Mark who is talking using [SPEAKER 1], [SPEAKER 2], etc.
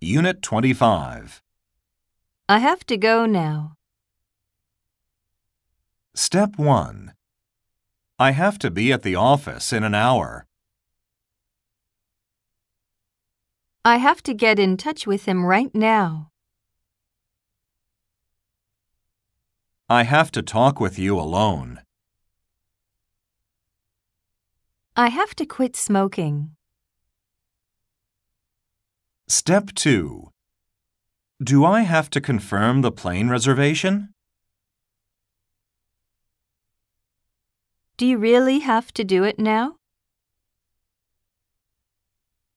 [SPEAKER 1] Unit 25.
[SPEAKER 2] I have to go now.
[SPEAKER 1] Step 1. I have to be at the office in an hour.
[SPEAKER 2] I have to get in touch with him right now.
[SPEAKER 1] I have to talk with you alone.
[SPEAKER 2] I have to quit smoking.
[SPEAKER 1] Step 2. Do I have to confirm the plane reservation?
[SPEAKER 2] Do you really have to do it now?